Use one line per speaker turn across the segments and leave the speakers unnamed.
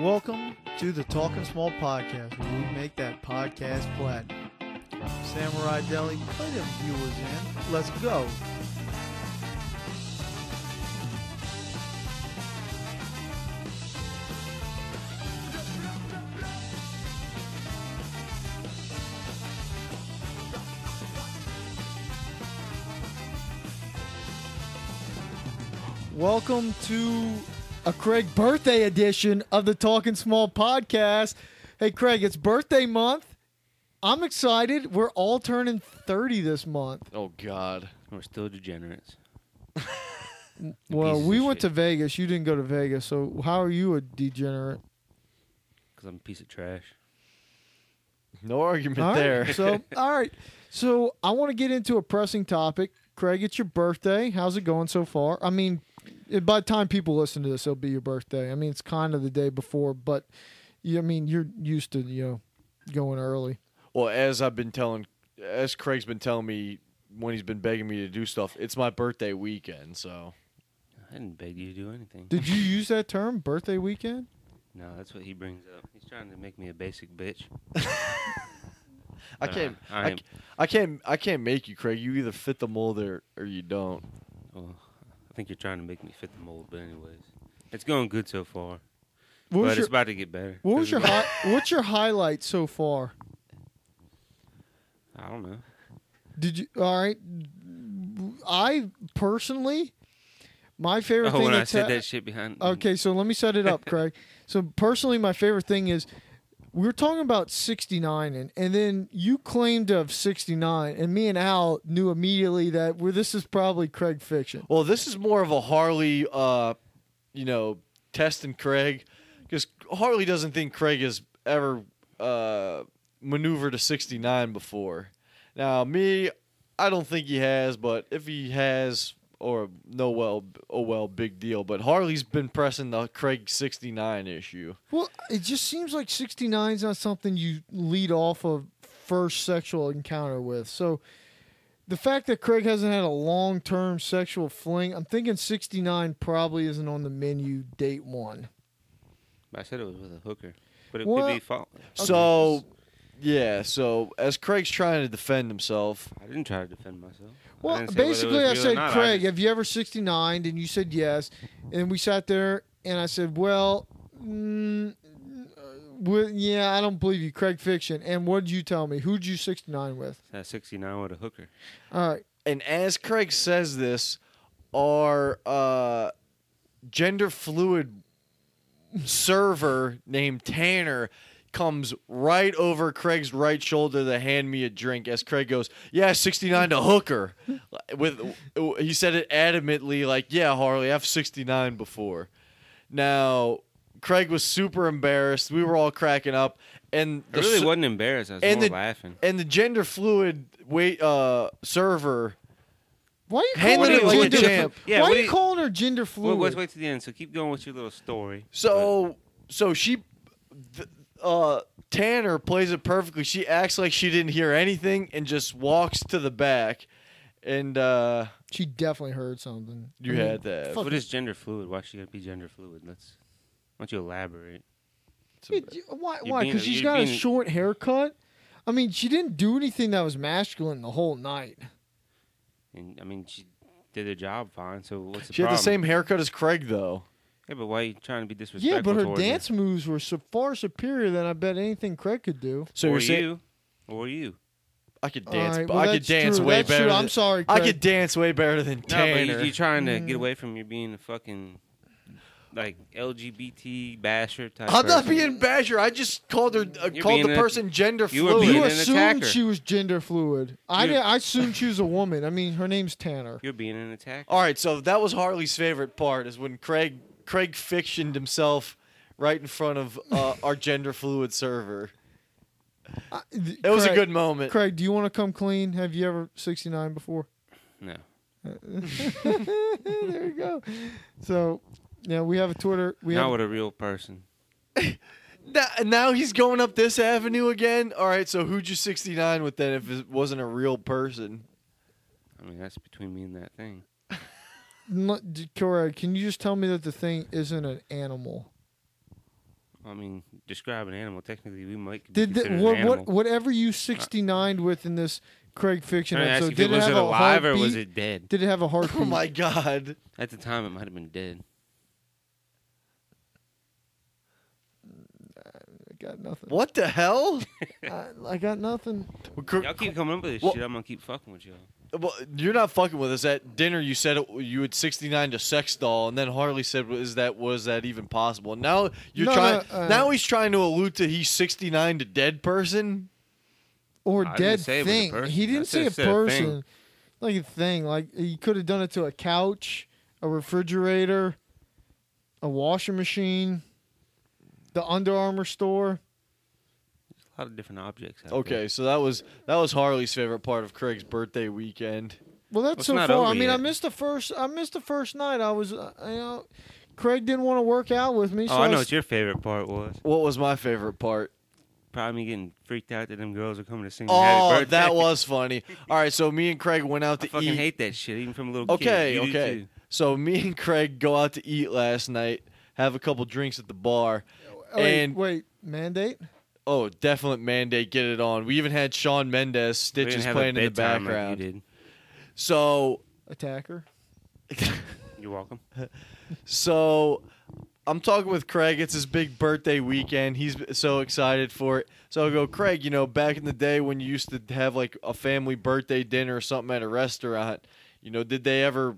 Welcome to the Talking Small podcast, where we make that podcast platinum. Samurai Deli, play them viewers in. Let's go. Welcome to a Craig birthday edition of the Talking Small podcast. Hey, Craig, it's birthday month. I'm excited. We're all turning 30 this month.
Oh God.
We're still degenerates.
Well,
pieces
we
of
went to
shit.
Vegas. You didn't go to Vegas. So, how are you a degenerate?
Because I'm a piece of trash.
No argument
All right.
there.
So, all right. So, I want to get into a pressing topic. Craig, it's your birthday. How's it going so far? I mean, it- by the time people listen to this, it'll be your birthday. I mean, it's kind of the day before, but you, I mean, you're used to you know going early.
well, as I've been telling, as Craig's been telling me when he's been begging me to do stuff, it's my birthday weekend. So
I didn't beg you to do anything.
Did you use that term, birthday weekend?
no, that's what he brings up. He's trying to make me a basic bitch.
I
But
can't,
I, I
I,
am.
ca- I can't, I can't make you, Craig. You either fit the mold or, or you don't.
well, I think you're trying to make me fit the mold. But anyways, it's going good so far.
What
but
was your
it's about to get better.
What
'Cause
was your
it's-
hi- what's your highlight so far?
I don't know.
Did you all right? I personally, my favorite
Oh,
thing.
when I
that's
said
ha-
that shit behind.
Okay, so let me set it up, Craig. So personally, my favorite thing is we were talking about '69, and and then you claimed of '69, and me and Al knew immediately that we this is probably Craig fiction.
Well, this is more of a Harley, uh, you know, testing Craig because Harley doesn't think Craig has ever uh, maneuvered a 69 before. Now, me, I don't think he has, but if he has, or no, well, oh well, big deal. But Harley's been pressing the Craig 69 issue.
Well, it just seems like 69 is not something you lead off of first sexual encounter with. So the fact that Craig hasn't had a long term sexual fling, I'm thinking 69 probably isn't on the menu date one.
But I said it was with a hooker. But it
Well-
could be fault.
So, yeah, so as Craig's trying to defend himself,
I didn't try to defend myself. I
Well,
didn't say whether it was
basically, I
real or
said,
not.
Craig,
just-
have you ever 69'd? And you said yes. And we sat there and I said, well, mm, uh, well, yeah, I don't believe you, Craig Fiction. And what did you tell me? Who'd you 69 with?
that 69 with a hooker.
All right.
and as Craig says this, our uh, gender fluid server named Tanner comes right over Craig's right shoulder to hand me a drink. As Craig goes, "Yeah, sixty nine to hooker," with he said it adamantly, like, "Yeah, Harley, I've sixty nine before." Now, Craig was super embarrassed. We were all cracking up, and
I
the
really
s-
wasn't embarrassed. I was
and
more
the-
laughing.
and the gender fluid wait uh, server.
Why are you
Handle
calling her
it like a
gender fluid?
champ.
Yeah,
Why
what
are
do
you,
you-
calling her gender
Well,
fluid?
let's wait to the end. So keep going with your little story.
So so she th- uh Tanner plays it perfectly. She acts like she didn't hear anything and just walks to the back and uh
She definitely heard something.
you
I mean,
had that.
fuck
What is gender fluid? Why she gotta be gender fluid? Let's. Why don't you elaborate?
it- why?
You're
Why?
being-
Because she's
you're
got a
being-
short haircut. I mean, she didn't do anything that was masculine the whole night.
And I mean, she did her job fine. So what's the
She had
problem?
the same haircut as Craig though.
Yeah, but why are you trying to be disrespectful?
Yeah, but her
towards
dance moves were so far superior than I bet anything Craig could do.
So
or
you're saying
you, or you.
I could dance,
Alright,
but
well,
I could
that's
dance
true.
way
that's
better.
True.
Than,
I'm sorry,
I
Craig.
could dance way better than
No,
Tanner.
but you, you're trying to
Mhm.
get away from you being a fucking like LGBT basher type.
I'm not
person.
being basher. I just called her uh,
You're
called
being
the
a-
person gender
you were
fluid.
being
You
an
assumed
attacker.
she was gender fluid. I,
You-
did, I assumed she was a woman. I mean, her name's Tanner.
You're being an attacker.
All right, so that was Harley's favorite part is when Craig Craig fictioned himself right in front of uh, our gender fluid server.
I, th-
It was a
Craig-
good moment.
Craig, do you want to come clean? Have you ever 69 before? Uh,
No.
there you go. So, yeah, we have a Twitter. We
Not
have,
with a real person.
Now, now he's going up this avenue again. All right, so who'd you 69 with then if it wasn't a real person?
I mean, that's between me and that thing.
N- d- Craig, can you just tell me that the thing isn't an animal?
I mean, describe an animal. Technically, we might. be
Did the,
considered
what,
an
what
animal.
whatever you 69 with in this Craig fiction
I'm gonna ask
episode?
if it
Did it
was
have
it
a
alive or was
heartbeat?
it dead?
Did it have a heartbeat?
Oh my god.
At the time, it might have been dead.
I got nothing.
What the hell?
I, I got nothing.
Cr-
Y'all keep coming up with this
Well-
shit. I'm gonna keep fucking with y'all.
Well, you're not fucking with us. At dinner, you said it, you had 69 to sex doll, and then Harley said, "Is that was that even possible?" Now you're
No,
trying.
no, uh,
now he's trying to allude to he's 69 to dead person.
Or
I didn't
dead
say it was a
thing.
person.
He
I
didn't say
said-
a
said a thing.
person. like a thing. Like he could have done it to a couch, a refrigerator, a washing machine, the Under Armour store.
There's a lot of different objects. Out
Okay, so that was that was Harley's favorite part of Craig's birthday weekend.
Well, that's
It's
so
not
far.
over
I mean, I
yet.
missed the first. I missed the first night. I was, uh, you know, Craig didn't want to work out with me.
There.
So
Oh, I know
s-
what your favorite part was.
What was my favorite part?
Probably me getting freaked out that them girls are coming to sing. me happy
Oh,
birthday.
that was funny. All right, so me and Craig went out
I
to
fucking
eat.
hate that shit, even from a little
Okay,
kid. You do
okay.
too.
So me and Craig go out to eat last night, have a couple drinks at the bar,
oh, wait,
and
wait, mandate.
Oh, definite mandate. Get it on. We even had Sean Mendez
We
Stitches
didn't have a
playing in the
bedtime like
background.
you did.
so,
Attacker.
You're welcome.
so I'm talking with Craig. It's his big birthday weekend. He's so excited for it. So I go, Craig. You know, back in the day when you used to have like a family birthday dinner or something at a restaurant, you know, did they ever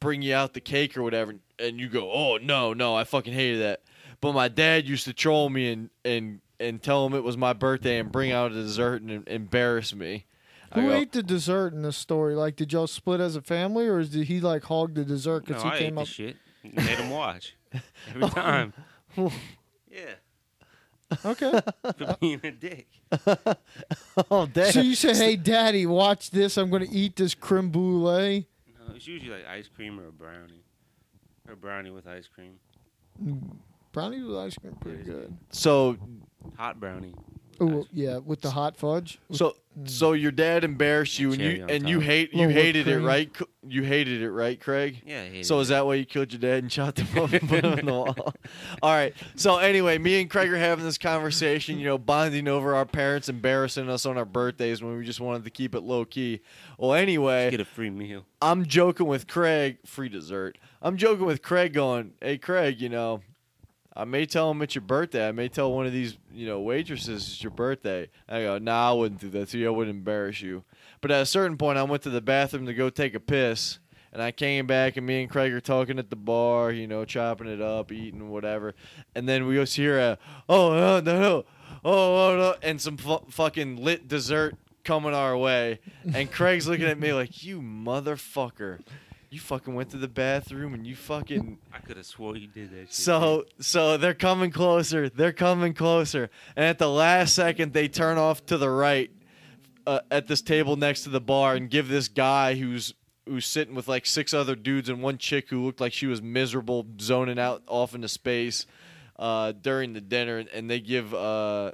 bring you out the cake or whatever? And you go, Oh no, no, I fucking hated that. But my dad used to troll me and and and tell him it was my birthday and bring out a dessert and, embarrass me. I
Who
go,
ate the dessert in this story? Like, did y'all split as a family, or is- did he like hog the dessert
No,
because
I
he
ate
came
the
up?
shit. and Made them watch every time. yeah,
Okay.
for being a dick.
Oh, dad.
so you said, "Hey, Daddy, watch this. I'm going to eat this creme brulee."
No, it's usually like ice cream or a brownie, or brownie with ice cream,
Brownies with ice cream, pretty good.
so
hot brownie.
Oh yeah, with the hot fudge.
So, so your dad embarrassed you, and
Cherry
you
on
and
top.
you hate you
Little whipped
hated it,
cream.
right? C- You hated it, right, Craig?
Yeah, I hated
So
it.
is that why you killed your dad and shot him up and put him in the wall? All right. So anyway, me and Craig are having this conversation, you know, bonding over our parents embarrassing us on our birthdays when we just wanted to keep it low key. Well, anyway,
Just get a free meal.
I'm joking with Craig, free dessert. I'm joking with Craig going, hey, Craig, you know, I may tell him it's your birthday. I may tell one of these, you know, waitresses it's your birthday. I go, nah, I wouldn't do that to you. I wouldn't embarrass you. But at a certain point, I went to the bathroom to go take a piss. And I came back, and me and Craig are talking at the bar, you know, chopping it up, eating whatever. And then we just hear a, oh, no, no, no, oh, oh, no, and some fu- fucking lit dessert coming our way. And Craig's looking at me like, you motherfucker. You fucking went to the bathroom and you fucking
I could have swore you did that. Shit.
so so they're coming closer. They're coming closer, and at the last second, they turn off to the right uh, at this table next to the bar and give this guy who's who's sitting with like six other dudes and one chick who looked like she was miserable, zoning out off into space uh, during the dinner, and, and they give. Uh,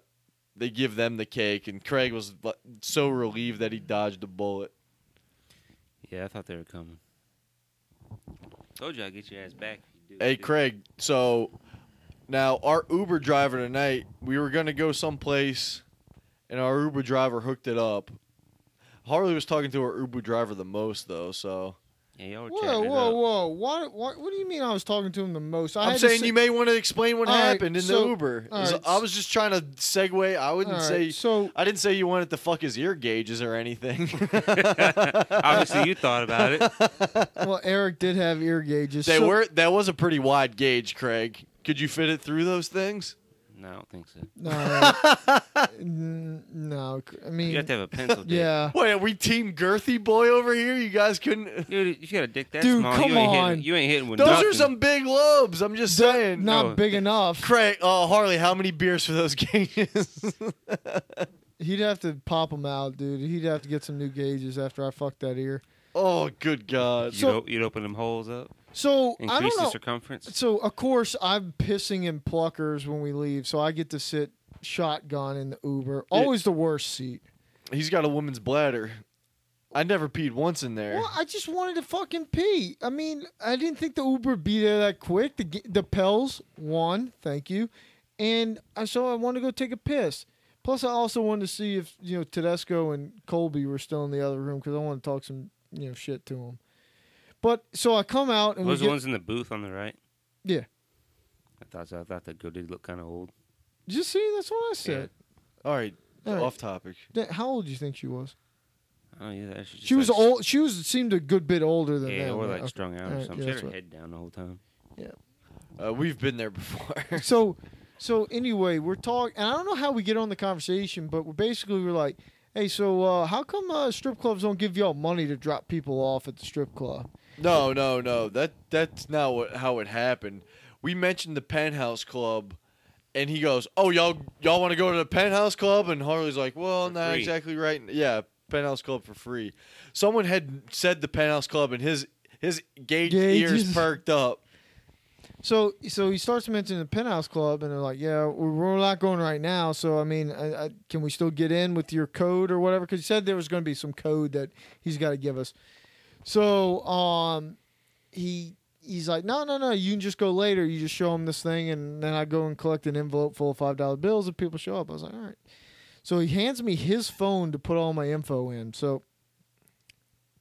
they give them the cake, and Craig was like, so relieved that he dodged a bullet.
yeah, I thought they were coming. Told you I'd get your ass back. If you do.
Hey, Craig. So now our Uber driver tonight, we were gonna go someplace, and our Uber driver hooked it up. Harley was talking to our Uber driver the most though, so
Yeah, y'all were
Whoa,
chatting it
whoa,
up.
whoa! What, what? What do you mean? I was talking to him the most. I
I'm
had to
saying
say-
you may want to explain what
All right,
happened in
so-
the Uber.
all
Is-
right,
I was just trying to segue. I
All
wouldn't
right,
say
so.
I didn't say you wanted to fuck his ear gauges or anything.
Obviously, you thought about it.
Well, Eric did have ear gauges.
they
so-
were that was a pretty wide gauge, Craig. Could you fit it through those things?
No, I don't think so.
No, N- no. I mean,
You have to have a pencil. Dick.
yeah.
Wait, are we team girthy boy over here? You guys couldn't
Dude, if you got a dick that
Dude,
small.
come
you ain't
on.
Hitting, you ain't hitting with
Those
nothing.
are some big lobes. I'm just saying.
Not
no.
big enough.
Craig, oh Harley, how many beers for those gauges?
He'd have to pop them out, dude. He'd have to get some new gauges after I fucked that ear.
oh, good God!
You'd,
so-
o- you'd open them holes up,
So I
increase
don't
the
know.
circumference.
So of course I'm pissing in pluckers when we leave, so I get to sit shotgun in the Uber. Always the worst seat.
He's got a woman's bladder. I never peed once in there.
Well, I just wanted to fucking pee. I mean, I didn't think the Uber would be there that quick. The ge- the Pels won, thank you, and I so I wanted to go take a piss. Plus, I also wanted to see if you know Tedesco and Colby were still in the other room because I want to talk some you know shit to them. But so I come out and we
Those
get,
ones in the booth on the right.
Yeah.
I thought so. I thought that girl did look kind of old.
did you see that's what I said.
All right,
All right.
off topic.
Th- How old do you think she was?
I don't know. Yeah, she, just
She was
like,
old. She was seemed a good bit older than
Yeah,
them.
or
right?
like strung out
Alright,
or
yeah,
something. she
that's
had her
right.
head down the whole time.
Uh, we've been there before.
so so anyway, we're talking, and I don't know how we get on the conversation, but we're basically we're like, hey, so uh, how come uh, strip clubs don't give y'all money to drop people off at the strip club?
no, no, no. That that's not what, how it happened. We mentioned the Penthouse Club, and he goes, "Oh, y'all y'all want to go to the Penthouse Club?" And Harley's like, "Well,
For
not
free.
exactly right. Yeah, Penthouse Club for free." Someone had said the Penthouse Club, and his his gauge ears
Gauges.
perked up.
So so he starts mentioning the penthouse club, and they're like, yeah, we're we're not going right now. So I mean, I, I, can we still get in with your code or whatever? Because he said there was going to be some code that he's got to give us. So um, he he's like, no, no, no, you can just go later. You just show him this thing, and then I go and collect an envelope full of five dollar bills, and people show up. I was like, all right. So he hands me his phone to put all my info in. So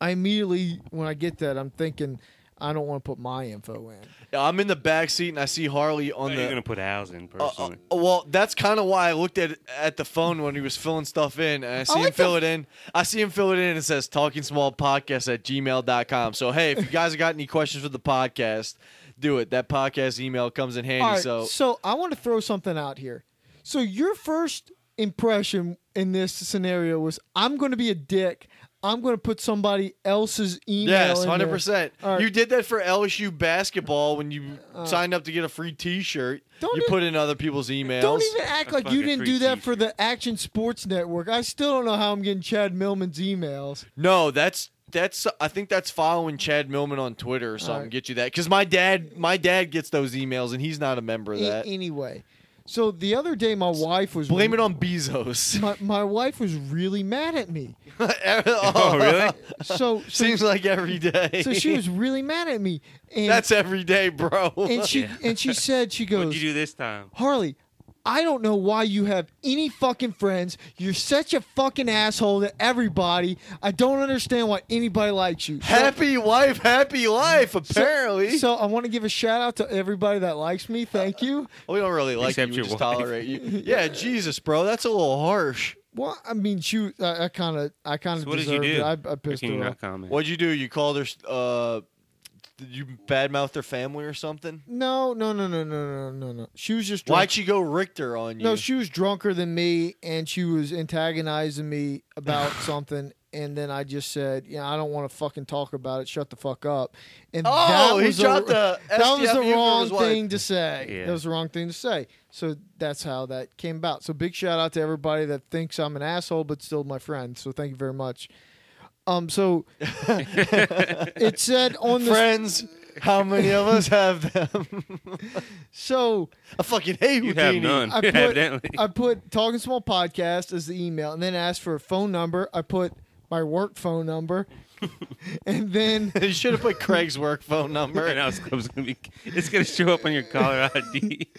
I immediately, when I get that, I'm thinking, I don't want to put my info in.
I'm in the back seat, and I see Harley on
Thought
the
You're gonna put Al's in
Uh, uh,
personally.
well, that's kind of why I looked at at the phone when he was filling stuff in, and I see him
like the-
fill it in. I see him fill it in. It says talking small podcast at gmail.com. So, hey, if you guys have got any questions for the podcast, do it. That podcast email comes in handy.
All right,
So,
I want to throw something out here. So your first impression in this scenario was I'm going to be a dick. I'm going to put somebody else's email.
yes,
in there."
100%.
All right.
You did that for LSU basketball when you signed up to get a free t shirt.
Uh. Don't
You
e-
put in other people's emails.
Don't even act
A
like you
fucking
didn't
free
do that for
t-shirt.
the Action Sports Network. I still don't know how I'm getting Chad Millman's emails.
No, that's that's I think that's following Chad Millman on Twitter or something.
right.
Get you that because my dad my dad gets those emails and he's not a member of
A-
that.
anyway, so the other day my wife was
Blame it on Bezos.
My, my wife was really mad at me.
uh,
oh, really?
So, so,
Seems like every day.
so she was really mad at me, and
That's every day, bro.
and she
Yeah.
and she said she goes.
What'd you do this time?
Harley, I don't know why you have any fucking friends. You're such a fucking asshole to everybody. I don't understand why anybody likes you. So-
happy wife, happy life.
so-
Apparently,
So, I want to give a shout out to everybody that likes me. Thank you.
we don't really like you.
Except
We
your
just
wife.
tolerate you. Yeah, Jesus, bro, that's a little harsh.
Well, I mean, shoot, I kind of, I kind of
So what did you
deserved it. I,
do?
I
Or
pissed
can you
her off.
not comment?
What'd you do? You called her? Uh, did you badmouth their family or something?
No, no, no, no, no, no, no, no. She was just drunk.
Why'd she go Richter on you?
No, she was drunker than me, and she was antagonizing me about something. And then I just said, "Yeah, I don't want to fucking talk about it. Shut the fuck up." And
Oh,
that
he
was a,
dropped the
that was
STFU for
the
his
wrong
wife.
thing to say.
Yeah.
That was the wrong thing to say. So that's how that came about. So big shout out to everybody that thinks I'm an asshole, but still my friend. So thank you very much. Um, so it said on the
friends. How many of us have them?
so
I fucking hate
You
Houdini.
have none.
I put-
evidently.
I put talking small podcast as the email, and then asked for a phone number. I put my work phone number, and then
you should have put Craig's work phone
Right
number.
now, it's gonna be. It's gonna show up on your caller ID.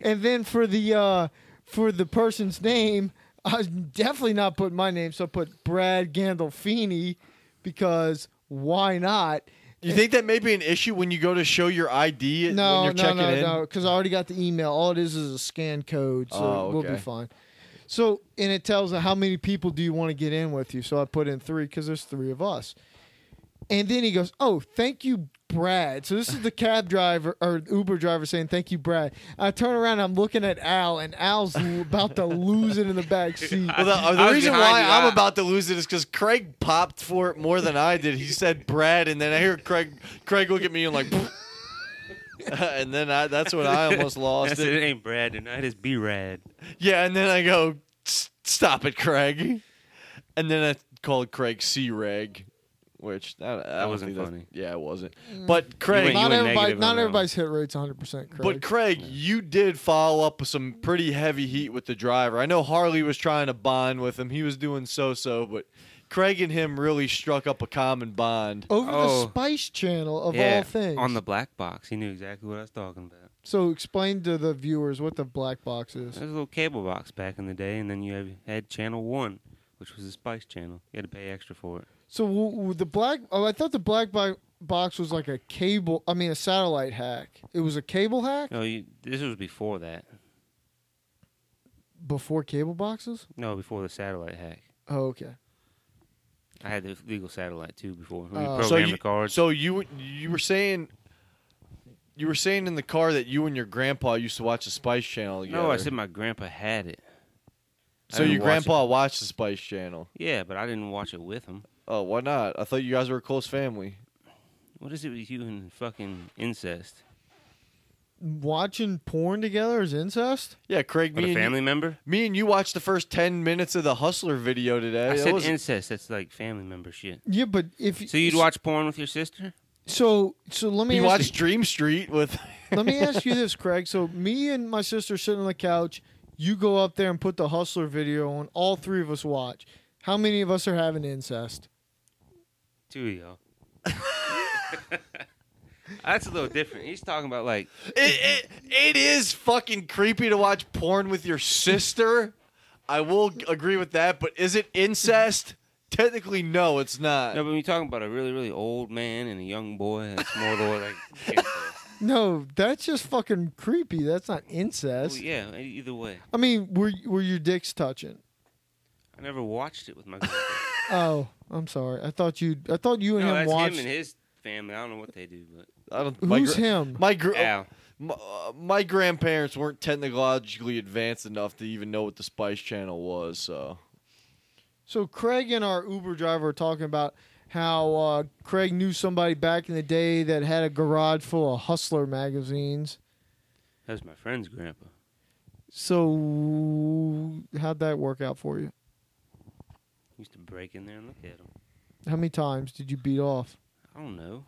and then for the uh, for the person's name, I'm definitely not putting my name, so I put Brad Gandolfini because why not?
You think that may be an issue when you go to show your ID when
No,
you're
no,
checking
no,
in?
no, because I already got the email. All it is is a scan code, so
Oh,
we'll be
okay.
fine. So, and it tells how many people do you want to get in with you. So I put in three because there's three of us. And then he goes, "Oh, thank you, Brad." So this is the cab driver or Uber driver saying, "Thank you, Brad." I turn around, I'm looking at Al, and Al's l- about to lose it in the back seat.
Well, the, uh,
I
the
was
reason
behind
why
you.
I'm
I-
about to lose it is because Craig popped for it more than I did. He said Brad, and then I hear Craig Craig look at me and like, and then I, that's when I almost
I
lost
said,
it.
it ain't Brad tonight. It's B Rad.
Yeah, and then I go, "S- stop it, Craig, and then I called Craig C Reg, which I, I don't
wasn't
think that-
funny.
Yeah, it wasn't.
Mm.
But Craig,
you
not
were
everybody,
negative on
not
that
everybody's hit rate's 100 percent
But
correct.
Craig, you did follow up with some pretty heavy heat with the driver. I know Harley was trying to bond with him. He was doing so so, but Craig and him really struck up a common bond.
Over
Oh.
the Spice Channel of
Yeah,
all things.
On the black box, he knew exactly what I was talking about.
so explain to the viewers what the black box is.
There was a little cable box back in the day, and then you have, had channel one, which was the Spice Channel. You had to pay extra for it.
So w- w- the black. Oh, I thought the black bo- box was like a cable. I mean, a satellite hack. It was a cable hack
No, you, this was before that.
before cable boxes.
No, before the satellite hack.
Oh, okay.
I had the legal satellite too before. We
Oh. So
programmed
so you,
the cards.
So you you were saying you were saying in the car that you and your grandpa used to watch the Spice Channel. Together.
no, I said my grandpa had it. I
So
didn't
your
watch it.
grandpa watched the Spice Channel.
Yeah, but I didn't watch it with him.
Oh, why not? I thought you guys were a close family.
What is it with you and fucking incest?
Watching porn together is incest.
Yeah, Craig.
What
Me
a
and,
family
you,
member?
me and you watched the first ten minutes of the Hustler video today.
I
It
said
was-
incest. That's like family member shit.
Yeah, but if
So you'd watch porn with your sister?
So so let me
you
ask
watched Dream Street with.
Let me ask you this, Craig. So me and my sister sitting on the couch. You go up there and put the Hustler video on. All three of us watch. How many of us are having incest?
Two of y'all. That's a little different. He's talking about like
It, it, it is fucking creepy to watch porn with your sister. I will g- agree with that, but is it incest? Technically, no, it's not.
no, but when you're talking about a really really old man and a young boy, that's more the like. incest.
No, that's just fucking creepy. That's not
Well,
incest.
yeah, e- either way,
I mean, were were your dicks touching?
I never watched it with my. Grandpa.
Oh, I'm sorry. I thought you. I thought you and
no,
him
that's
watched.
him and his family. I don't know what they do, but
I don't. My
Who's
gr-
him?
My gr-
Al.
my, uh, my grandparents weren't technologically advanced enough to even know what the Spice Channel was. So
so Craig and our Uber driver are talking about how uh, Craig knew somebody back in the day that had a garage full of Hustler magazines.
That's my friend's grandpa.
So how'd that work out for you?
He used to break in there and look at him.
How many times did you beat off?
I don't know.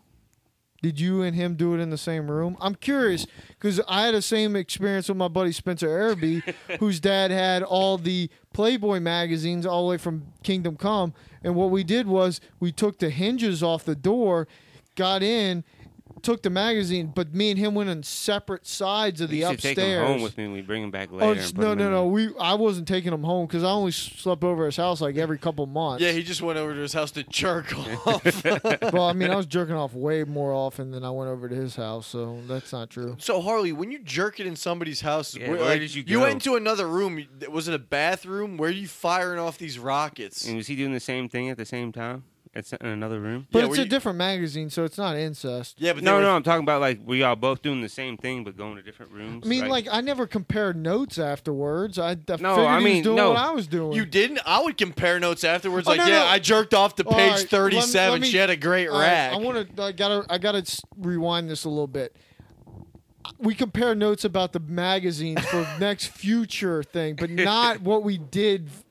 Did you and him do it in the same room? I'm curious because I had the same experience with my buddy Spencer Araby, whose dad had all the Playboy magazines all the way from Kingdom Come. And what we did was we took the hinges off the door, got in, took the magazine, but me and him went on separate sides of
We
the
used to
upstairs.
take him home with me. and We bring him back later.
Oh
and put
no
him
no
in
no!
the-
We I wasn't taking him home because I only slept over at his house like every couple months.
yeah, he just went over to his house to jerk off.
well, I mean, I was jerking off way more often than I went over to his house, so that's not true.
so Harley, when you jerk it in somebody's house,
Yeah, where did you
You
go?
went into another room. Was it a bathroom? Where are you firing off these rockets?
And was he doing the same thing at the same time? It's in another room.
But
Yeah,
it's
were
a
you-
different magazine, so it's not incest.
Yeah, but they
no,
were-
no, I'm talking about like we all both doing the same thing but going to different rooms.
I mean, like, I never compared notes afterwards. I, I figured
I
he was
mean,
doing
no.
what I was doing.
You didn't? I would compare notes afterwards.
Oh,
like,
no,
yeah,
no.
I jerked off to
All
page
right, let me-
thirty-seven.
let me-
she had a great
All right,
rack.
I want to. I gotta. I gotta s- rewind this a little bit. We compare notes about the magazines for next future thing, but not what we did f-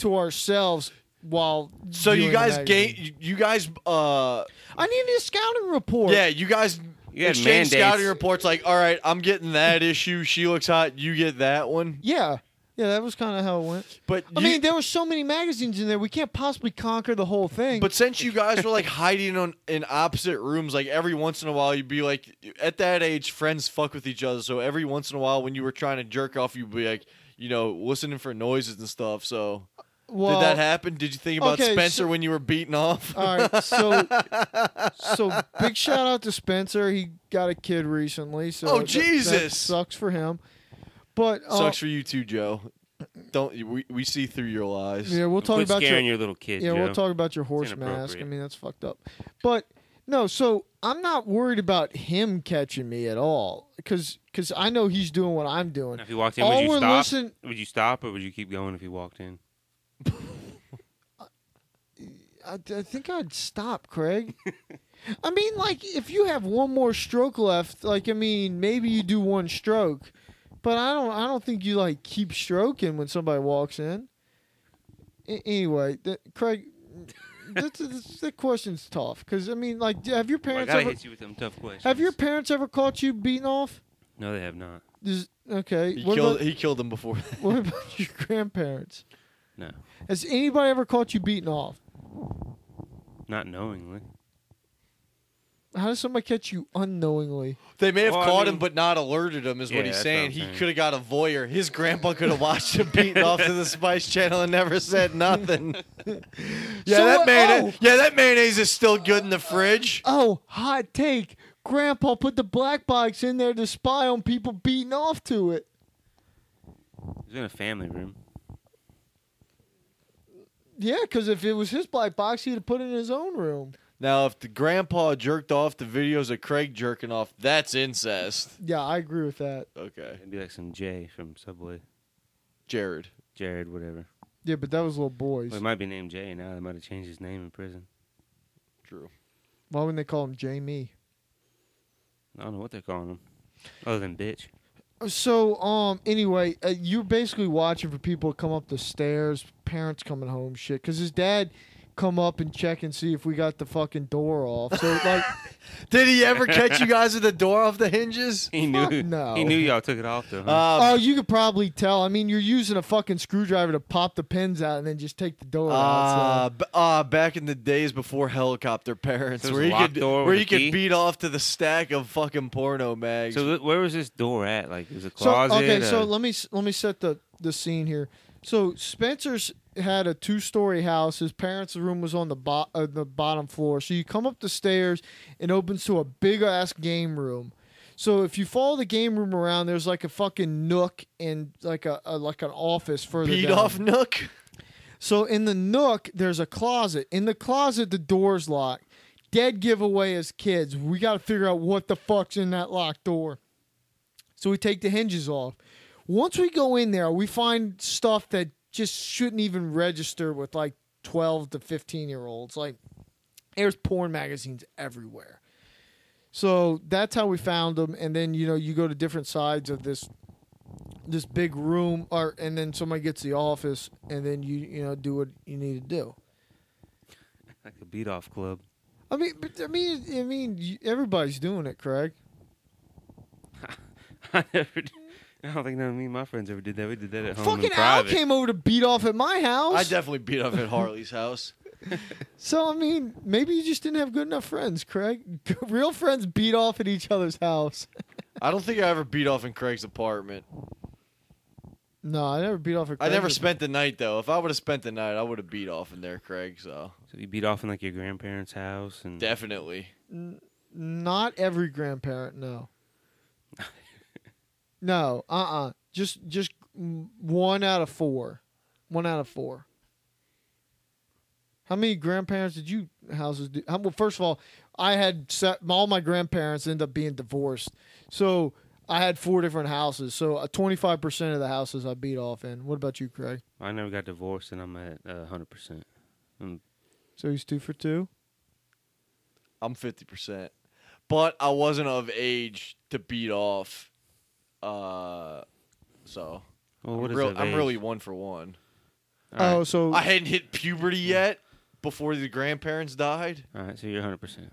to ourselves while.
so you
viewing the
guys
magazine.
gained. You, you guys. uh
I needed a scouting report.
Yeah, you guys.
You had
exchange
mandates.
scouting reports like, all right, I'm getting that issue. She looks hot. You get that one.
Yeah. Yeah, that was kind of how it went.
But
I
you-
mean, there were so many magazines in there. We can't possibly conquer the whole thing.
But since you guys were like hiding on in opposite rooms, like every once in a while, you'd be like, at that age, friends fuck with each other. So every once in a while, when you were trying to jerk off, you'd be like, you know, listening for noises and stuff. So
well,
did that happen? Did you think about
okay,
Spencer
so-
when you were beating off?
all right. So, so big shout out to Spencer. He got a kid recently. So
Oh,
that- that
Jesus.
sucks for him. But uh,
Sucks for you too, Joe. Don't we, we see through your lies?
yeah, we'll talk
Quit
about your
scaring your little kid.
yeah,
Joe.
we'll talk about your horse mask. I
inappropriate.
mean, that's fucked up. But no, so I'm not worried about him catching me at all because because I know he's doing what I'm doing.
If he walked in,
All
would you
we're
stop?
listen-
Would you stop or would you keep going if he walked in?
I, I think I'd stop, Craig. I mean, like, if you have one more stroke left, like, I mean, maybe you do one stroke, but I don't, I don't think you like keep stroking when somebody walks in. A- anyway, that, Craig, that's, that's, that question's tough because I mean, like, have your
Well, Oh I
parents
gotta
ever
hit you with them tough questions.
have your parents ever caught you beating off?
No, they have not.
Does- okay,
He
what
killed
about,
he killed them before.
what about your grandparents?
No.
Has anybody ever caught you beating off?
Not knowingly.
How does somebody catch you unknowingly?
They may have
Well, I
caught
mean-
him but not alerted him, is
Yeah,
what he's
that's what
saying.
I'm
He
saying.
could have got a voyeur. His grandpa could have watched him beating off to the Spice Channel and never said nothing. yeah,
So
that
what-
mayonnaise.
oh.
Yeah, that mayonnaise is still good in the fridge.
Oh, hot take. Grandpa put the black box in there to spy on people beating off to it.
He's in a family room.
Yeah, because if it was his black box, he'd have put it in his own room.
Now, if the grandpa jerked off the videos of Craig jerking off, that's incest.
Yeah, I agree with that.
Okay,
It'd be like some Jay from Subway,
Jared.
Jared, whatever.
Yeah, but that was little boys.
Well, he might be named Jay now. They might have changed his name in prison.
True.
Why wouldn't they call him Jamie?
I don't know what they're calling him, other than bitch.
So, um, anyway, uh, you're basically watching for people to come up the stairs, parents coming home, shit. Because his dad come up and check and see if we got the fucking door off. So, like,
Did he ever catch you guys with the door off the hinges?
He
Fuck
knew.
no.
He knew y'all took it off though. Huh?
oh,
Uh,
you could probably tell. I mean, you're using a fucking screwdriver to pop the pins out and then just take the door
uh,
out.
b- uh, back in the days before helicopter parents,
So it was
where
a
you
locked
could
door
where
with
you could
a key?
beat off to the stack of fucking porno mags.
so wh- where was this door at? Like it was a
So, so
closet.
okay, so
uh,
let me s- let me set the the scene here. So Spencer's had a two story house. His parents' room was on the bo- uh, the bottom floor. So you come up the stairs and opens to a big ass game room. So if you follow the game room around, there's like a fucking nook and like a, a like an office further
beat
down.
off nook.
So in the nook, there's a closet. In the closet, the door's locked. Dead giveaway as kids. We got to figure out what the fuck's in that locked door. So we take the hinges off. Once we go in there, we find stuff that just shouldn't even register with like 12 to 15 year olds. Like, there's porn magazines everywhere. So that's how we found them. And then, you know, you go to different sides of this this big room or and then somebody gets the office and then you you know do what you need to do
like a beat off club.
i mean but, i mean i mean you- everybody's doing it craig
I never. d- I don't think none of me and my friends ever did that. We did that at home in
fucking al
private.
came over to beat off at my house
I definitely beat off at Harley's house.
so i mean maybe you just didn't have good enough friends craig real friends beat off at each other's house
I don't think I ever beat off in Craig's apartment.
no i never beat off at
I
Craig's.
never spent the night though. If I would have spent the night, I would have beat off in there, Craig. So
so you beat off in like your grandparents' house and
definitely.
not every grandparent no no uh-uh just just mm, one out of four one out of four how many grandparents did you houses do how, well first of all i had set, all my grandparents ended up being divorced so i had four different houses so uh, 25% of the houses i beat off in what about you craig
I never got divorced, and I'm at uh, hundred percent.
so he's two for two
I'm 50%. But I wasn't of age to beat off. Uh, so
Well, Oh, what
I'm,
is
real-
of
I'm
age?
really one for one.
All
oh
right.
so
I hadn't hit puberty yet before the grandparents died.
All right, so you're hundred percent.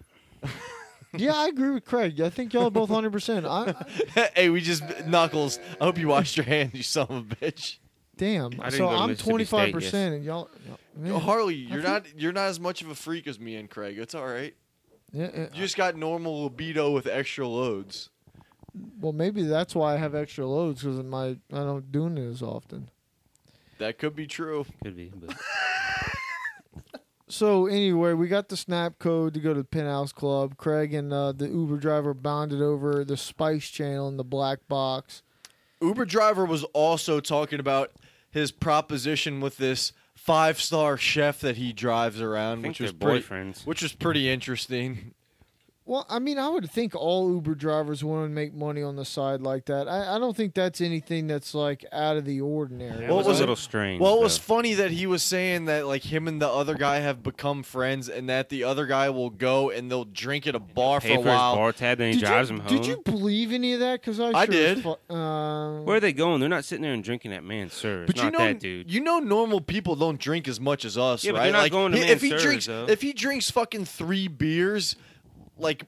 yeah i agree with craig i think y'all are both 100% I, I,
hey, we just knuckles. I hope you washed your hands, you son of a bitch.
Damn.
I didn't
So
go to
I'm
Mississippi
25
State, yes.
percent, and y'all. y'all- man,
Harley,
I
you're
think-
not you're not as much of a freak as me and Craig. It's all right.
yeah, yeah.
You just got normal libido with extra loads.
well, maybe that's why I have extra loads because my I don't do it as often.
That could be true.
Could be, but
So anyway, we got the snap code to go to the Penthouse Club. Craig and uh, the Uber driver bonded over the Spice Channel and the Black Box.
Uber driver was also talking about his proposition with this five star chef that he drives
I
around,
think
which
they're
was pretty,
boyfriends.
which was pretty interesting.
Well, I mean, I would think all Uber drivers want to make money on the side like that. I, I don't think that's anything that's like out of the ordinary.
That
What
Like,
was
was it-
a little strange.
Well, it was
though.
funny that he was saying that like him and the other guy have become friends, and that the other guy will go and they'll drink at a bar for
Pay
a
for his
while.
bar tab, then he
Did
drives
you,
him home.
Did you believe any of that? Because I,
I
sure
did.
as fu- um,
Where are they going? They're not sitting there and drinking at Man's Sir. It's
But you
not
know,
that dude.
you know, normal people don't drink as much as us,
Yeah, but
right?
they're not
like,
going to
he-
Man's
if he
Serves,
drinks,
though.
if he drinks fucking three beers, like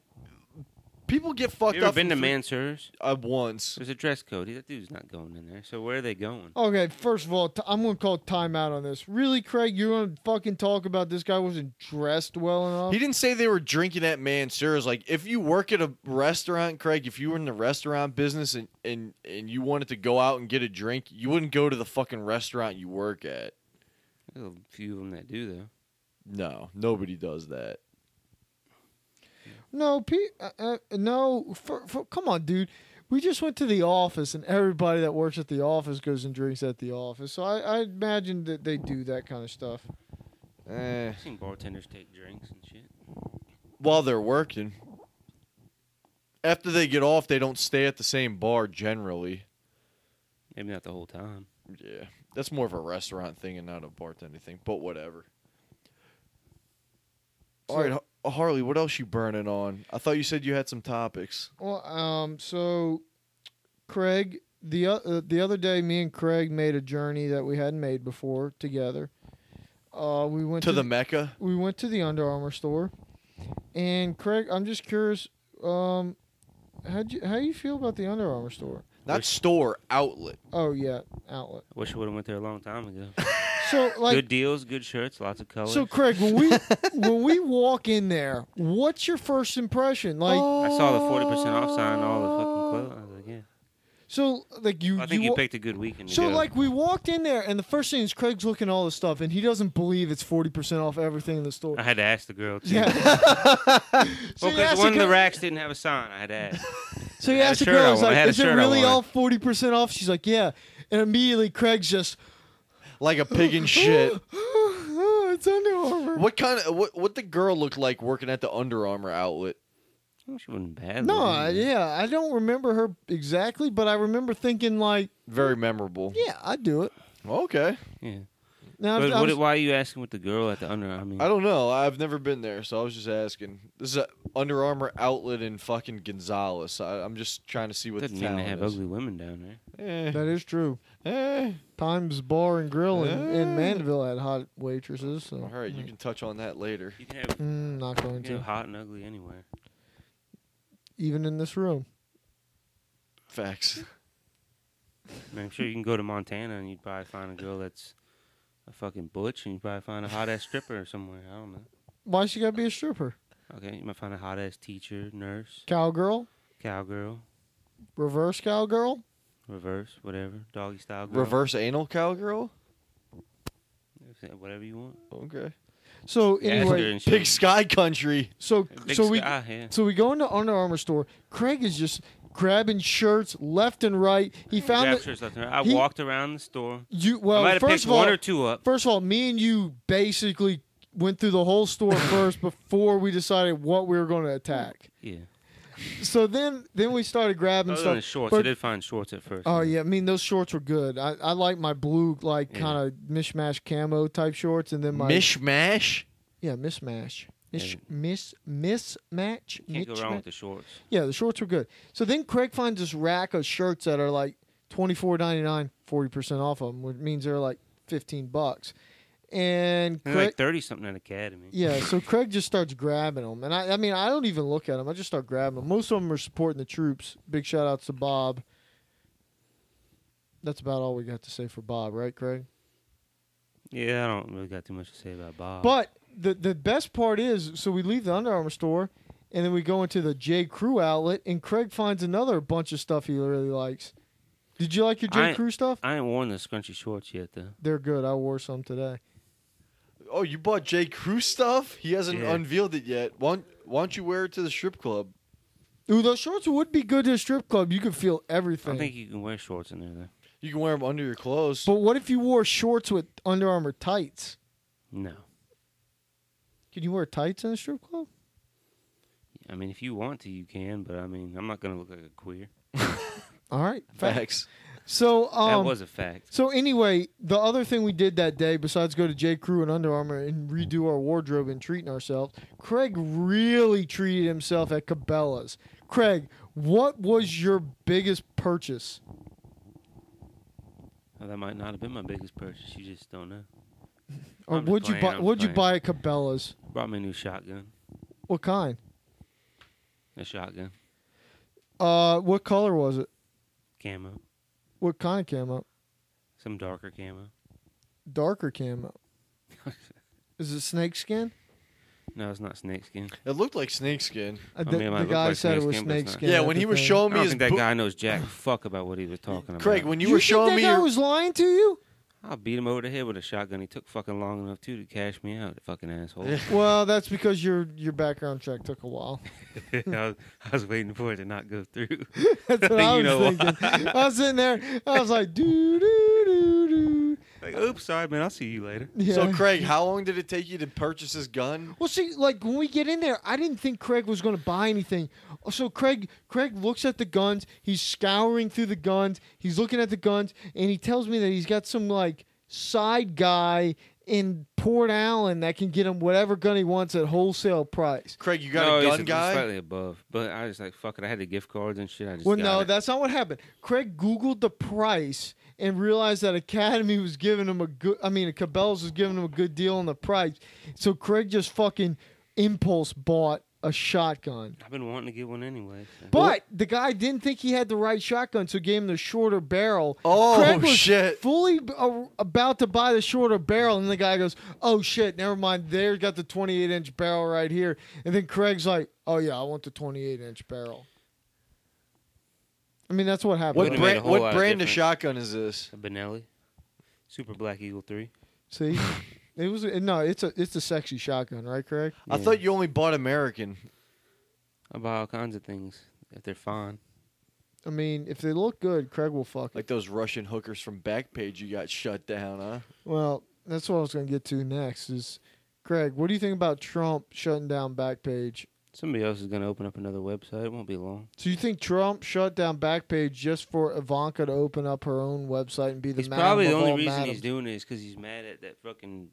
People get fucked
you ever
up.
been to
from free-
Mansur's?
Uh, once.
There's a dress code. That dude's not going in there. So where are they going?
Okay, first of all, t- I'm going to call timeout on this. Really, Craig, you're going to fucking talk about this guy wasn't dressed well enough?
He didn't say they were drinking at Mansur's. Like, if you work at a restaurant, Craig, if you were in the restaurant business and, and, and you wanted to go out and get a drink, you wouldn't go to the fucking restaurant you work at.
There's a few of them that do though.
No, nobody does that.
No, Pete. Uh, uh, no, for, for, come on, dude. We just went to the office, and everybody that works at the office goes and drinks at the office. So I, I imagine that they do that kind of stuff.
Eh,
I've seen bartenders take drinks and shit.
while they're working. After they get off, they don't stay at the same bar generally.
Maybe not the whole time.
Yeah, that's more of a restaurant thing and not a bartending thing, but whatever. All right, Har- Harley, what else you burning on? I thought you said you had some topics.
Well, um, so Craig, the o- uh, the other day, me and Craig made a journey that we hadn't made before together. Uh, we went
To the Mecca?
we went to the Under Armour store, and Craig, I'm just curious, um, how you how you feel about the Under Armour store?
Not
Wish-
store, outlet.
Oh yeah, outlet.
I wish I would have went there a long time ago.
So like
good deals, good shirts, lots of colors.
So Craig, when we when we walk in there, what's your first impression? Like,
I saw the forty percent off sign on all the fucking clothes. I was like, yeah.
so like you,
I think
you,
you
wa-
picked a good weekend. to
so
go.
like we walked in there, and the first thing is Craig's looking at all the stuff, and he doesn't believe it's forty percent off everything in the store.
I had to ask the girl too.
Yeah. so
Uh-huh. Well,
he
because
asked
one of the
girl-
racks didn't have a sign. I had to ask.
So he
I had a
asked the
shirt I
girl, he's
want- I
like,
had a
"Is it
shirt I
really
wanted."
all forty percent off?" She's like, "Yeah," and immediately Craig's just
Like a pig in shit.
"Oh, it's Under Armour.
What kind of what? What the girl look like working at the Under Armour outlet?
Well, she wasn't bad.
No,
looking,
I-
but-
yeah, I don't remember her exactly, but I remember thinking like,
Very memorable.
"Yeah, I'd do it."
Okay.
Yeah.
Now,
But
I'm- I'm-
what, why are you asking with the girl at the Under Armour?
I don't know. I've never been there, so I was just asking. This is a Under Armour outlet in fucking Gonzales. I, I'm just trying to see what
Doesn't
the
mean
town
they have
is.
ugly women down there.
Eh,
that is true.
eh.
Times Bar and Grill in, in
Uh.
Ah.
Mandeville had hot waitresses. So.
All right, you can touch on that later.
You can have
Mm, not going
you can
to.
have hot and ugly anywhere.
Even in this room.
Facts.
I mean, I'm sure you can go to Montana and you'd probably find a girl that's a fucking butch, and you'd probably find a hot ass stripper somewhere. I don't know.
Why she gotta be a stripper?
Okay, you might find a hot ass teacher, nurse,
Cowgirl,
cowgirl,
reverse cowgirl.
reverse, whatever, doggy style, girl,
Reverse anal cowgirl.
whatever you want.
Okay.
So
Yeah,
anyway,
and shit.
Pig Sky Country.
so
Big
so we
sky, yeah.
so we go into Under Armour store. Craig is just grabbing shirts left and right. He found
Grab
that
shirts left and right. I
he-
walked around the store.
you
I might
well.
have
First
picked
of all,
one or two up.
first of all, me and you basically went through the whole store first before we decided what we were going to attack.
Yeah.
So then then we started grabbing
Other
stuff.
than the shorts, I
but-
did find shorts at first.
Oh yeah, I mean those shorts were good. I, I like my blue like
Yeah.
kind of mishmash camo type shorts, and then my
Mishmash.
yeah mismatch. Mish,
Yeah.
miss mismatch.
Can't go wrong
mitchma-
with the shorts.
Yeah, the shorts were good. So then Craig finds this rack of shirts that are like twenty four ninety nine, forty percent off of them, which means they're like fifteen bucks. And
They're
Craig,
like thirty something at Academy.
yeah, so Craig just starts grabbing them, and I, I mean, I don't even look at them. I just start grabbing them. Most of them are supporting the troops. Big shout outs to Bob. That's about all we got to say for Bob, right, Craig?
Yeah, I don't really got too much to say about Bob.
But the the best part is, so we leave the Under Armour store, and then we go into the J Crew outlet, and Craig finds another bunch of stuff he really likes. Did you like your J
I-
Crew stuff?
I ain't worn the scrunchy shorts yet though.
They're good. I wore some today.
Oh, you bought J. Crew stuff? He hasn't
Yeah.
unveiled it yet. Why don't, why don't you wear it to the strip club?
Ooh, those shorts would be good to a strip club. You could feel
I don't
everything.
think you can wear shorts in there though.
You can wear them under your clothes.
but what if you wore shorts with Under Armour tights?
No.
Can you wear tights in a strip club?
I mean, if you want to, you can, but I mean, I'm not gonna look like a queer.
All right.
Facts.
So um
that was a fact.
so anyway, the other thing we did that day besides go to J Crew and Under Armour and redo our wardrobe and treating ourselves, Craig really treated himself at Cabela's. Craig, what was your biggest purchase?
Oh, that might not have been my biggest purchase. You just don't know.
Or
I'm just
what'd you
playing,
buy?
I'm
What'd you
playing.
buy at Cabela's?
Brought me a new shotgun.
What kind?
A shotgun.
Uh, what color was it?
Camo.
What kind of camo?
Some darker camo.
Darker camo. Is it snakeskin?
No, it's not snakeskin.
It looked like snakeskin.
Uh,
mean,
the
it
the
might look
guy
like
said it was
snakeskin, but it's not.
snakeskin.
Yeah,
at
when
the
he was
thing.
showing me
I don't
his
think that
bo-
guy knows jack fuck about what he was talking about.
Craig, when you,
you
were
think
showing
that
me
guy
your
was lying to you?
I'll beat him over the head with a shotgun. He took fucking long enough too to cash me out, fucking asshole.
Yeah.
Well, that's because your your background check took a while.
I, was, I was waiting for it to not go through.
That's what I was
You know why.
thinking. I was sitting there. I was like, doo doo doo doo.
Like, oops, sorry, man. I'll see you later.
Yeah.
So Craig, how long did it take you to purchase this gun?
Well, see, like when we get in there, I didn't think Craig was going to buy anything. Oh, So Craig, Craig looks at the guns. He's scouring through the guns. He's looking at the guns, and he tells me that he's got some like side guy in Port Allen that can get him whatever gun he wants at wholesale price.
Craig, you got
No,
a
he's
gun guy?
Slightly above, but I was like, fuck it. I had the gift cards and shit. I just
Well,
got
no,
it.
that's not what happened. Craig Googled the price and realized that Academy was giving him a good, I mean, Cabela's was giving him a good deal on the price. So Craig just fucking impulse bought a shotgun.
I've been wanting to get one anyway. so-
But the guy didn't think he had the right shotgun, so gave him the shorter barrel.
Oh,
Craig was
shit.
Fully b- a- about to buy the shorter barrel, and the guy goes, "Oh shit, never mind. There's got the 28 inch barrel right here." And then Craig's like, "Oh yeah, I want the 28 inch barrel." I mean, that's what happened.
what
Would've made a
brand?
whole lot
What
of
brand of
difference.
shotgun is this?
a Benelli, Super Black Eagle Three.
See, it was no. It's a it's a sexy shotgun, right, Craig?
I
Yeah.
thought you only bought American.
I buy all kinds of things if they're fine.
I mean, if they look good, Craig will fuck. it.
Like those Russian hookers from Backpage, you got shut down, huh?
Well, that's what I was going to get to next. Is Craig? What do you think about Trump shutting down Backpage?
Somebody else is gonna open up another website. It won't be long.
So you think Trump shut down Backpage just for Ivanka to open up her own website and be the
It's
madam
probably the
of
only
all
reason
madams?
he's doing it is because he's mad at that fucking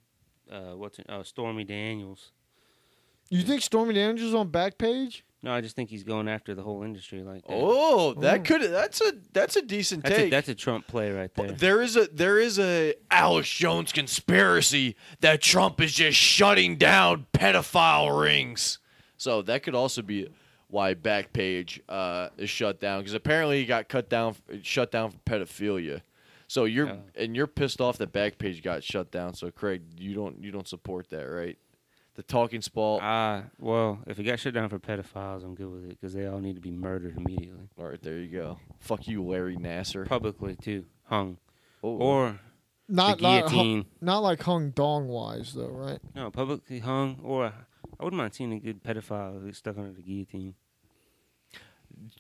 uh, what's it, uh, Stormy Daniels.
You think Stormy Daniels on Backpage?
No, I just think he's going after the whole industry like that.
Oh,
Oh.
that could that's a that's a decent
that's a,
take.
that's a Trump play right there.
But there is a there is a Alex Jones conspiracy that Trump is just shutting down pedophile rings. So that could also be why Backpage uh, is shut down because apparently he got cut down shut down for pedophilia. So you're
Yeah.
and you're pissed off that Backpage got shut down. So Craig, you don't you don't support that, right? The talking spall.
Ah, well, if it got shut down for pedophiles, I'm good with it because they all need to be murdered immediately,
All right, there you go. Fuck you, Larry Nasser.
publicly too, hung
Oh.
or
Not
the
not, hu-
guillotine.
not like hung dong wise though, right?
No, publicly hung or I wouldn't mind seeing a good pedophile who's stuck under the guillotine.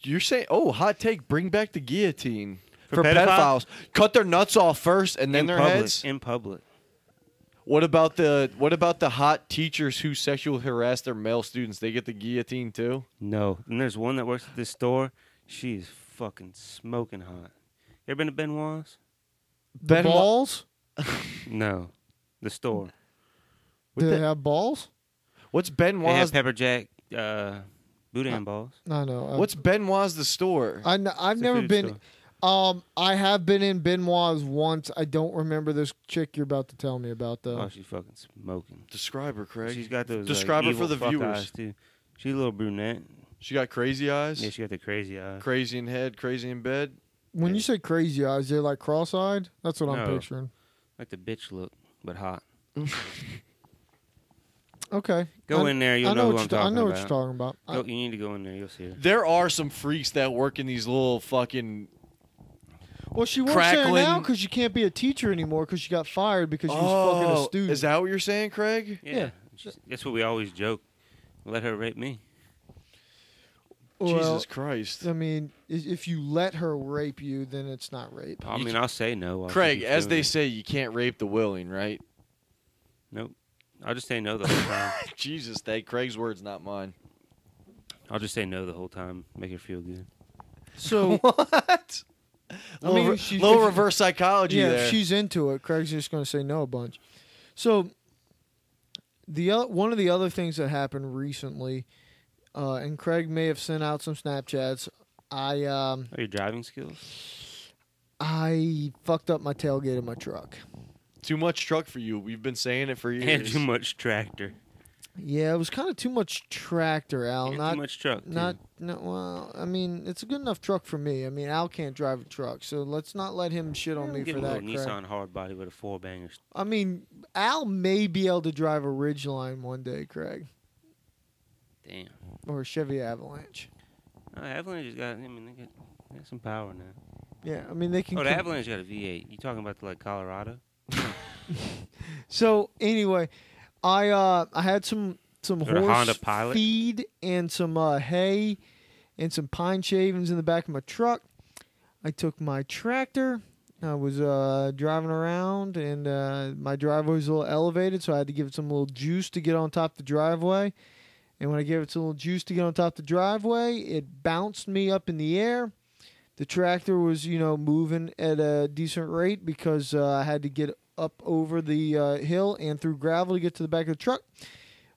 You're saying, oh, hot take, bring back the guillotine
For
for,
pedophiles?
pedophiles. Cut their nuts off first, and then
in
their
public,
heads.
in public.
What about the what about the hot teachers who sexual harass their male students? They get the guillotine too.
No, and there's one that works at this store. She is fucking smoking hot. You ever been to Benoit's?
The
Ben-
balls?
No, the store.
What
Do
the-
they have balls?
what's
They have
Benoit's?
pepper jack, uh, boudin balls.
No, no.
Oh.
I-
what's Benoit's the store?
Uh,
I, kn- I've
It's a
never
food
been.
store.
Um, I have been in Benoit's once. I don't remember this chick you're about to tell me about though.
Oh, she's fucking smoking.
Describe her, Craig.
She's got those.
Describe
like,
her for
evil
the
fuck
viewers.
eyes, too. She's a little brunette.
She got crazy eyes.
Yeah, she got the crazy eyes.
crazy in head, crazy in bed.
when you say crazy eyes, they're like cross-eyed. That's what I'm
No.
picturing.
Like the bitch look, but hot.
Okay.
Go
I-
in there, you'll
I know,
know,
what
who I'm
you're, ta- I
talking
know
about.
what you're talking about. I-
Go- you need to go in there. You'll see her.
There are some freaks that work in these little fucking.
Well, she works there now
crackling-
because she can't be a teacher anymore because she got fired because she was fucking a
Oh,
student.
is that what you're saying, Craig?
Yeah, she's- that's what we always joke. Let her rape me.
Well,
Jesus Christ.
I mean, i- if you let her rape you, then it's not rape.
I
You
mean,
ca-
I'll say no. while she
Craig,
keeps
as
doing
they
it.
say, you can't rape the willing, right?
Nope. I'll just say no the whole time.
Jesus, that Craig's words, not mine.
I'll just say no the whole time. Make her feel good.
So
What?
I mean, she's-
little
if-
reverse psychology
yeah,
there.
if she's into it, Craig's just going to say no a bunch. So the o- one of the other things that happened recently, uh, and Craig may have sent out some Snapchats. I um,
Are your driving skills?
I fucked up my tailgate of my truck.
Too much truck for you. We've been saying it for
And
years.
too much tractor.
Yeah, it was kind of too much tractor, Al.
And
Not
too much truck. too.
Not no well, I mean, it's a good enough truck for me. I mean, Al can't drive a truck, so let's not let him shit on
Yeah,
me
give
for
him a
that.
little
crap.
Nissan hard body with a four banger.
I mean, Al may be able to drive a Ridgeline one day, Craig,
Damn.
or a Chevy Avalanche.
No, the Avalanche has got. I mean, they got, they got some power now.
Yeah, I mean they can.
Oh, the
com-
Avalanche got a V8. You talking about like Colorado?
So anyway, I uh I had some some
Or the
horse
Honda Pilot.
feed and some uh, hay and some pine shavings in the back of my truck. I took my tractor. I was uh, driving around, and uh, my driveway was a little elevated, so I had to give it some little juice to get on top the driveway. And when I gave it some little juice to get on top the driveway, it bounced me up in the air. The tractor was, you know, moving at a decent rate because uh, I had to get up over the uh, hill and through gravel to get to the back of the truck.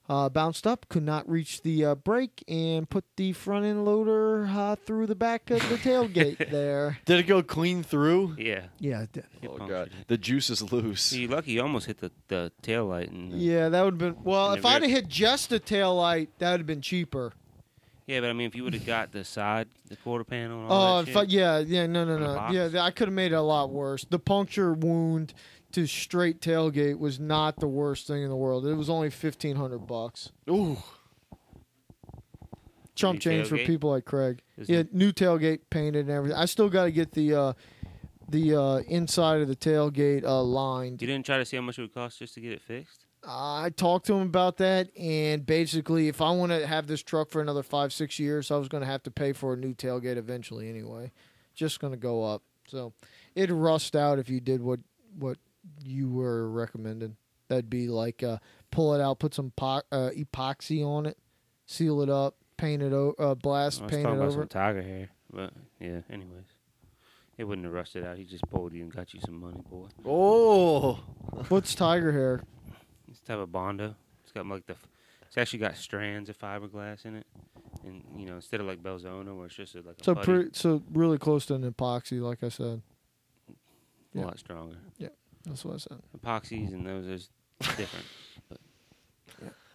Uh, bounced up, could not reach the uh, brake, and put the front end loader uh, through the back of the tailgate there.
Did it go clean through?
Yeah.
Yeah, it did.
it
Oh
punctured
god,
it.
the juice is loose.
See, lucky you almost hit the the tail light and.
Yeah, that would have been. Well,
And
if
the
I'd have
rear-
hit just the tail light, that would have been cheaper.
Yeah, but I mean, if you would have got the side, the quarter panel, and all
Oh,
that
fuck
shit,
yeah, yeah, no, no,
And the
no,
box.
yeah. th- I could have made it a lot worse. The puncture wound to straight tailgate was not the worst thing in the world. It was only fifteen hundred bucks.
Ooh,
Chump
New
change for
tailgate?
people like Craig.
Is
yeah,
it-
new tailgate painted and everything. I still got to get the uh, the uh, inside of the tailgate uh, lined.
you didn't try to see how much it would cost just to get it fixed.
I talked to him about that, and basically, if I want to have this truck for another five, six years, I was going to have to pay for a new tailgate eventually anyway. Just going to go up. So it'd rust out if you did what what you were recommending. That'd be like uh, pull it out, put some po- uh, epoxy on it, seal it up, paint it, o- uh, blast
I was
paint
talking
it
about
over.
some tiger hair, but yeah. Anyways, it wouldn't have rusted out. He just pulled you and got you some money, boy.
oh,
What's tiger hair?
It's type of bondo. It's got like the. f- It's actually got strands of fiberglass in it, and you know instead of like Belzona where it's just a, like a
So
putty,
pre- so really close to an epoxy, like I said.
a
yeah.
lot stronger.
That's what I said.
Epoxies and those is different.
well,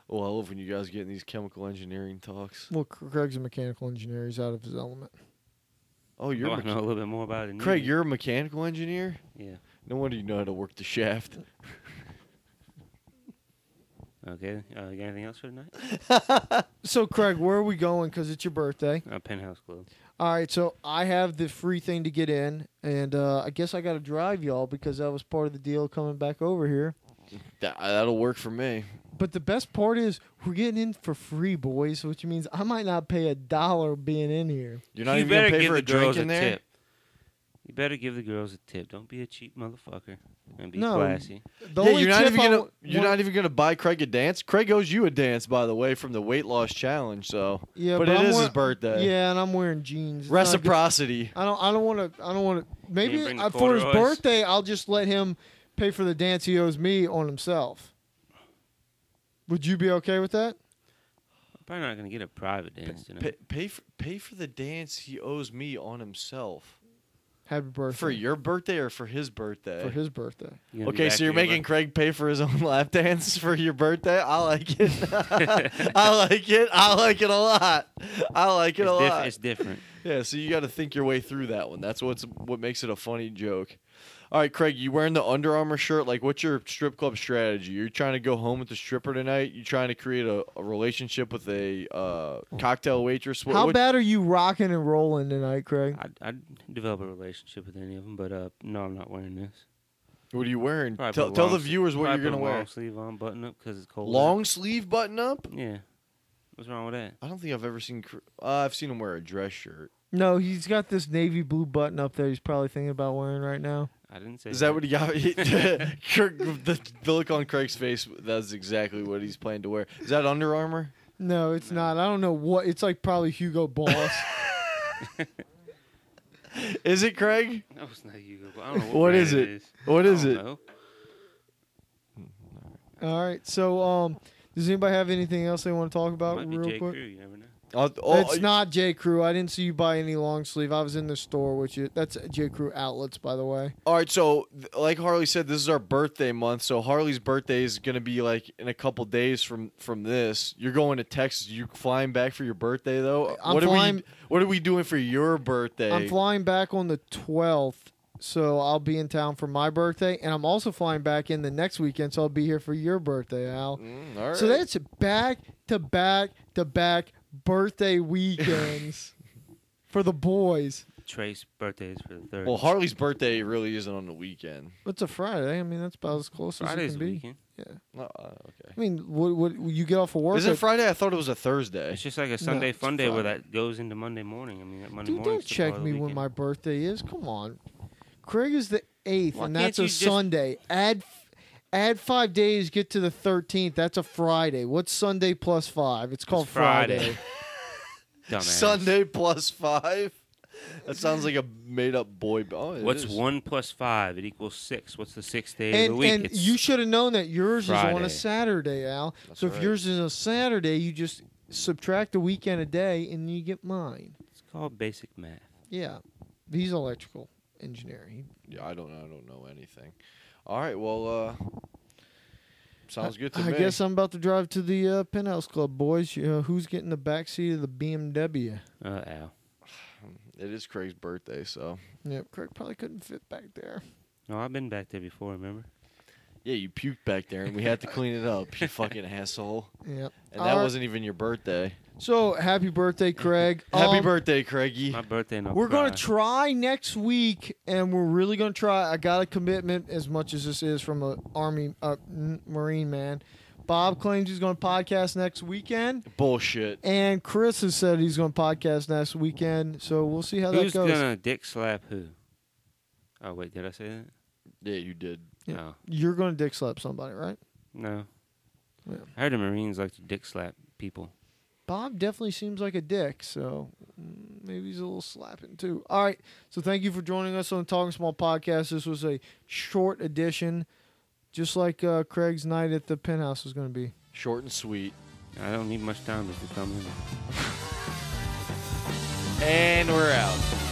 Oh, I love when you guys get in these chemical engineering talks.
Well, Craig's a mechanical engineer. He's out of his element.
Oh, you're
you
a
want to know a
mecha-
little bit more about it. than
Craig.
you.
You're a mechanical engineer.
yeah.
No wonder you know how to work the shaft.
Okay. Uh, you got anything else for tonight?
So, Craig, where are we going? Because it's your birthday.
Uh, penthouse club.
All right, so I have the free thing to get in, and uh, I guess I got to drive y'all because that was part of the deal coming back over here.
That, that'll work for me.
But the best part is we're getting in for free, boys, which means I might not pay a dollar being in here.
You're not
you
even
better
gonna pay
give
for
the
a drink
girls
in
a
there.
tip. You better give the girls a tip. Don't be a cheap motherfucker and be
No.
classy.
The
yeah,
only
you're not
tip
even
I
gonna
wa-
you're
want-
not even gonna buy Craig a dance. Craig owes you a dance, by the way, from the weight loss challenge. So,
yeah,
but, it is
I'm
his
wearing-
birthday.
Yeah, and I'm wearing jeans. It's not good.
Reciprocity.
I don't. I don't want to. I don't want to. Maybe
bring the
uh, for his
corduroys?
birthday, I'll just let him pay for the dance he owes me on himself. Would you be okay with that?
I'm probably not gonna get a private dance tonight.
Pa- pay for pay for the dance he owes me on himself
Happy birthday
for your birthday or for his birthday.
for his birthday.
You gonna be
okay,
back
so you're
in your
making
life.
Craig pay for his own lap dance for your birthday. I like it. I like it. I like it a lot. I like it a
it's, diff-
lot.
it's different.
Yeah, so you got to think your way through that one. That's what's what makes it a funny joke. All right, Craig, you wearing the Under Armour shirt? Like, what's your strip club strategy? You're trying to go home with the stripper tonight. You trying to create a, a relationship with a uh, cocktail waitress? What,
How
what-
bad are you rocking and rolling tonight, Craig?
I'd, I'd develop a relationship with any of them, but uh, no, I'm not wearing this.
What are you wearing?
Probably
Tell,
put
tell the
long-
viewers what
probably
you're gonna
put a
wear.
Long sleeve on, button up because it's cold. out.
Long sleeve button up?
Yeah. What's wrong with that?
I don't think I've ever seen. Cr- Uh, I've seen him wear a dress shirt.
No, he's got this navy blue button up there. He's probably thinking about wearing right now.
I didn't say.
Is that what he got? Kirk, the, the look on Craig's face. That's exactly what he's planning to wear. Is that Under Armour?
No, it's not. I don't know what. It's like probably Hugo Boss.
Is it Craig?
No, it's not Hugo. Bo- I don't know
What
brand
is it?
is.
What
I
is
don't
it?
know.
All right. So, um, does anybody have anything else they want to talk about
Might be
real
J.
quick?
Crew. You never know.
Uh, oh,
it's not J Crew. I didn't see you buy any long sleeve. I was in the store with you. That's J Crew outlets, by the way.
All right, so th- like Harley said, this is our birthday month. So Harley's birthday is gonna be like in a couple days from from this. You're going to Texas. You flying back for your birthday though?
I'm
what are we
flying-
What are we doing for your birthday?
I'm flying back on the 12th, so I'll be in town for my birthday, and I'm also flying back in the next weekend, so I'll be here for your birthday, Al.
Mm, all right.
So that's back to back to back birthday weekends for the boys.
Trace birthdays for the third.
well, Harley's birthday really isn't on the weekend.
It's a Friday. I mean, that's about as close
Friday's
as it
the
can be.
weekend.
No, uh, okay.
I mean, what, what you get off of work?
Is it
at-
Friday? I thought it was a Thursday.
It's just like a Sunday
it's
fun day where
Friday.
that goes into Monday morning. I mean, that Monday
Dude,
morning.
don't check me when my birthday is. Come on, Craig is the eighth,
Why
and
can't
that's a
you just-
Sunday. Add, f- add five days, get to the thirteenth. That's a Friday. What's Sunday plus five? It's called
Friday.
Friday.
Dumbass.
Sunday plus five. That sounds like a made up boy. Oh, it
What's
is.
one plus five? It equals six. What's the sixth day of the
and
week?
and
It's-
you should have known that yours is on
Friday.
a Saturday, Al.
That's
so if
right.
yours is a Saturday, you just subtract a weekend a day, and you get mine.
it's called basic math.
Yeah, he's electrical engineer. He
Yeah, I don't. I don't know anything. All right. Well, uh, sounds good to
I
me.
guess I'm about to drive to the uh, penthouse club, boys. You know, who's getting the back seat of the BMW?
Uh, Al.
it is Craig's birthday, so
Yeah, Craig probably couldn't fit back there.
No, I've been back there before. Remember?
yeah, you puked back there, and we had to clean it up. You fucking asshole.
Yep.
And that
All right.
wasn't even your birthday.
So happy birthday, Craig.
Happy
Um,
birthday, Craigie.
My birthday. No
We're gonna
cry.
try next week, and we're really gonna try. I got a commitment as much as this is from a army uh, n- marine man. Bob claims he's gonna podcast next weekend,
Bullshit.
and Chris has said he's gonna podcast next weekend. So we'll see how
Who's
that goes.
gonna dick slap who? Oh wait, did I say that?
Yeah, you did.
Yeah.
No,
You're gonna dick slap somebody, right?
no.
Yeah.
I heard the Marines like to dick slap people.
Bob definitely seems like a dick, so mm, maybe he's a little slapping too. All right, so thank you for joining us on the Talking Small podcast. This was a short edition, just like uh, Craig's night at the penthouse was going to be.
Short and sweet.
I don't need much time to come in.
And we're out.